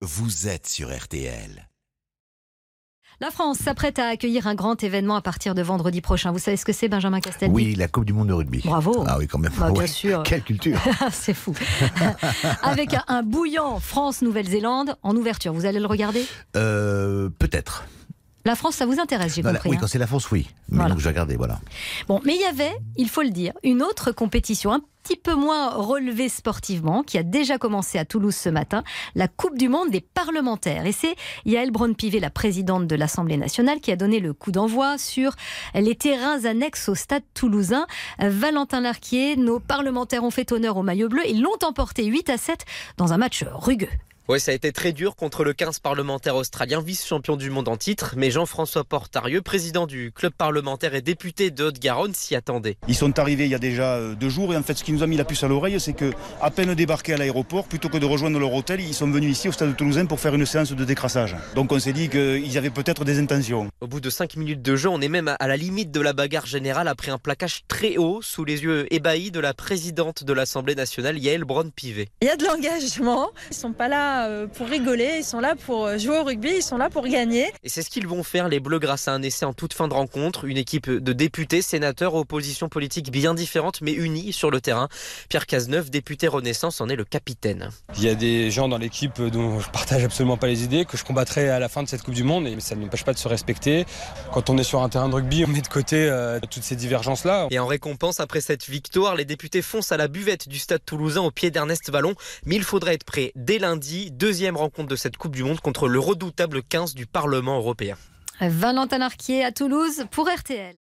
Vous êtes sur RTL. La France s'apprête à accueillir un grand événement à partir de vendredi prochain. Vous savez ce que c'est, Benjamin Castaldi Oui, la Coupe du Monde de rugby. Bravo. Ah oui, quand même. Bah, bien Ouais. sûr. Quelle culture c'est fou. Avec un, un bouillant France-Nouvelle-Zélande en ouverture. Vous allez le regarder Euh, Peut-être. La France, ça vous intéresse, j'ai Dans la- compris. oui, hein. quand c'est la France, oui. Mais Voilà. donc, je regardais, voilà. Bon, mais il y avait, il faut le dire, une autre compétition un petit peu moins relevée sportivement qui a déjà commencé à Toulouse ce matin, la Coupe du Monde des parlementaires. Et c'est Yael Braun-Pivet, la présidente de l'Assemblée nationale, qui a donné le coup d'envoi sur les terrains annexes au stade toulousain. Euh, Valentin Larquier, nos parlementaires ont fait honneur au maillot bleu. Ils l'ont emporté 8 à 7 dans un match rugueux. Ouais, ça a été très dur contre le 15 parlementaire australien, vice-champion du monde en titre, mais Jean-François Portarieux, président du club parlementaire et député de Haute-Garonne, s'y attendait. Ils sont arrivés il y a déjà euh, deux jours et en fait ce qui nous a mis la puce à l'oreille c'est que à peine débarqués à l'aéroport, plutôt que de rejoindre leur hôtel, ils sont venus ici au stade toulousain pour faire une séance de décrassage. Donc on s'est dit qu'ils avaient peut-être des intentions. Au bout de 5 minutes de jeu, on est même à la limite de la bagarre générale après un plaquage très haut sous les yeux ébahis de la présidente de l'Assemblée nationale, Yael Braun-Pivet. Il y a de l'engagement. Ils sont pas là euh, pour rigoler, ils sont là pour euh, jouer au rugby, ils sont là pour gagner. Et c'est ce qu'ils vont faire les Bleus grâce à un essai en toute fin de rencontre, une équipe de députés, sénateurs, oppositions politiques bien différentes mais unies sur le terrain. Pierre Cazeneuve, député Renaissance, en est le capitaine. Il y a des gens dans l'équipe dont je partage absolument pas les idées, que je combattrai à la fin de cette Coupe du Monde, et ça ne m'empêche pas de se respecter. Quand on est sur un terrain de rugby, on met de côté euh, toutes ces divergences-là. Et en récompense, après cette victoire, les députés foncent à la buvette du stade toulousain au pied d'Ernest Vallon. Mais il faudra être prêt dès lundi, deuxième rencontre de cette Coupe du Monde contre le redoutable 15 du Parlement européen. Valentin Larquier à Toulouse pour RTL.